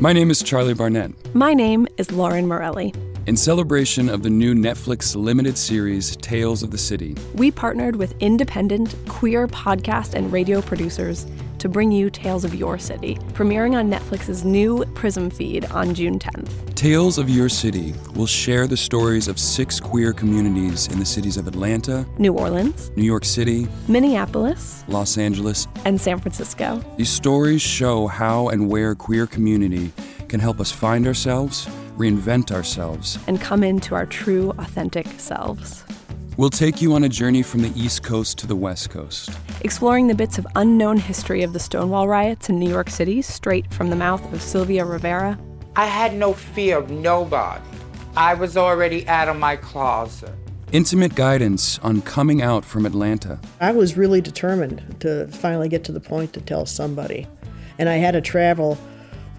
My name is Charlie Barnett. My name is Lauren Morelli. In celebration of the new Netflix limited series, Tales of the City, We partnered with independent, queer podcast and radio producers to bring you Tales of Your City, premiering on Netflix's new Prism feed on June 10th. Tales of Your City will share the stories of six queer communities in the cities of Atlanta, New Orleans, New York City, Minneapolis, Los Angeles. and San Francisco. These stories show how and where queer community can help us find ourselves, reinvent ourselves. And come into our true, authentic selves, We'll take you on a journey from the East Coast to the West Coast. exploring the bits of unknown history of the Stonewall riots in New York City straight from the mouth of Sylvia Rivera, I had no fear of nobody. I was already out of my closet. Intimate guidance on coming out from Atlanta. I was really determined to finally get to the point to tell somebody. And I had to travel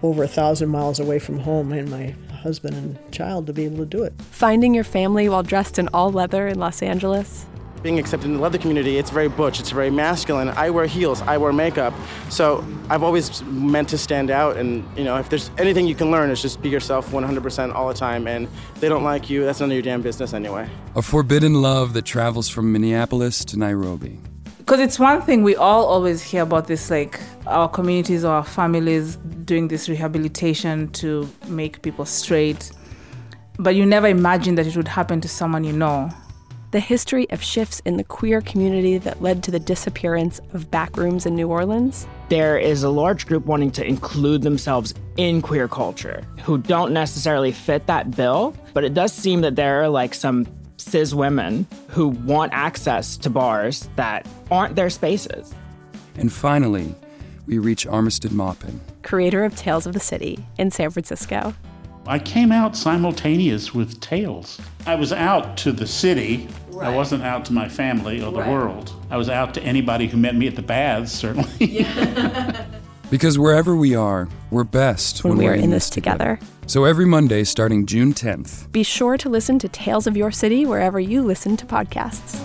over a thousand miles away from home and my husband and child to be able to do it. finding your family while dressed in all leather in Los Angeles, Being accepted in the leather community, it's very butch, it's very masculine. I wear heels, I wear makeup. So I've always meant to stand out. And, you know, if there's anything you can learn, it's just be yourself 100% all the time. And if they don't like you, that's none of your damn business anyway. A forbidden love that travels from Minneapolis to Nairobi. Because it's one thing we all always hear about this like our communities or our families doing this rehabilitation to make people straight. But you never imagine that it would happen to someone you know. the history of shifts in the queer community that led to the disappearance of backrooms in New Orleans, there is a large group wanting to include themselves in queer culture who don't necessarily fit that bill, but it does seem that there are like some cis women who want access to bars that aren't their spaces. And finally, we reach Armistead Maupin. creator of Tales of the City in San Francisco. I came out simultaneous with Tales. I was out to the city. I wasn't out to my family or the world. I was out to anybody who met me at the baths, certainly. Because wherever we are, we're best When we're in this together. So every Monday starting June 10th, Be sure to listen to Tales of Your City wherever you listen to podcasts.